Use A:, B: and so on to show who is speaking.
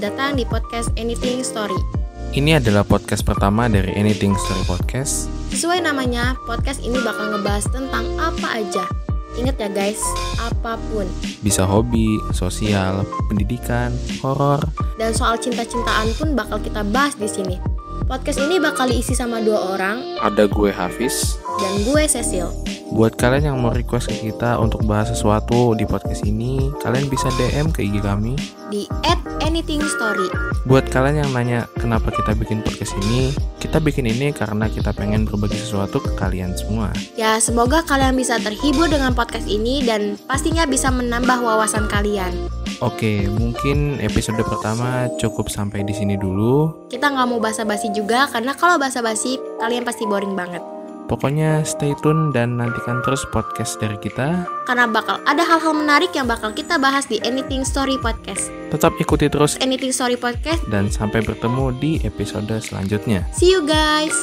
A: datang di podcast Anything Story.
B: Ini adalah podcast pertama dari Anything Story Podcast.
A: Sesuai namanya, podcast ini bakal ngebahas tentang apa aja. Ingat ya guys, apapun.
B: Bisa hobi, sosial, pendidikan, horor.
A: Dan soal cinta-cintaan pun bakal kita bahas di sini. Podcast ini bakal diisi sama dua orang
B: Ada gue Hafiz.
A: dan gue Cecil.
B: Buat kalian yang mau request ke kita untuk bahas sesuatu di podcast ini, kalian bisa DM ke IG kami.
A: Di @anythingstory.
B: Buat kalian yang nanya kenapa kita bikin podcast ini, kita bikin ini karena kita pengen berbagi sesuatu ke kalian semua.
A: Ya, semoga kalian bisa terhibur dengan podcast ini dan pastinya bisa menambah wawasan kalian.
B: Oke, mungkin episode pertama cukup sampai di sini dulu.
A: Kita nggak mau basa-basi juga karena kalau basa-basi kalian pasti boring banget.
B: Pokoknya stay tune dan nantikan terus podcast dari kita.
A: Karena bakal ada hal-hal menarik yang bakal kita bahas di Anything Story Podcast.
B: Tetap ikuti terus
A: Anything Story Podcast.
B: dan sampai bertemu di episode selanjutnya.
A: See you guys.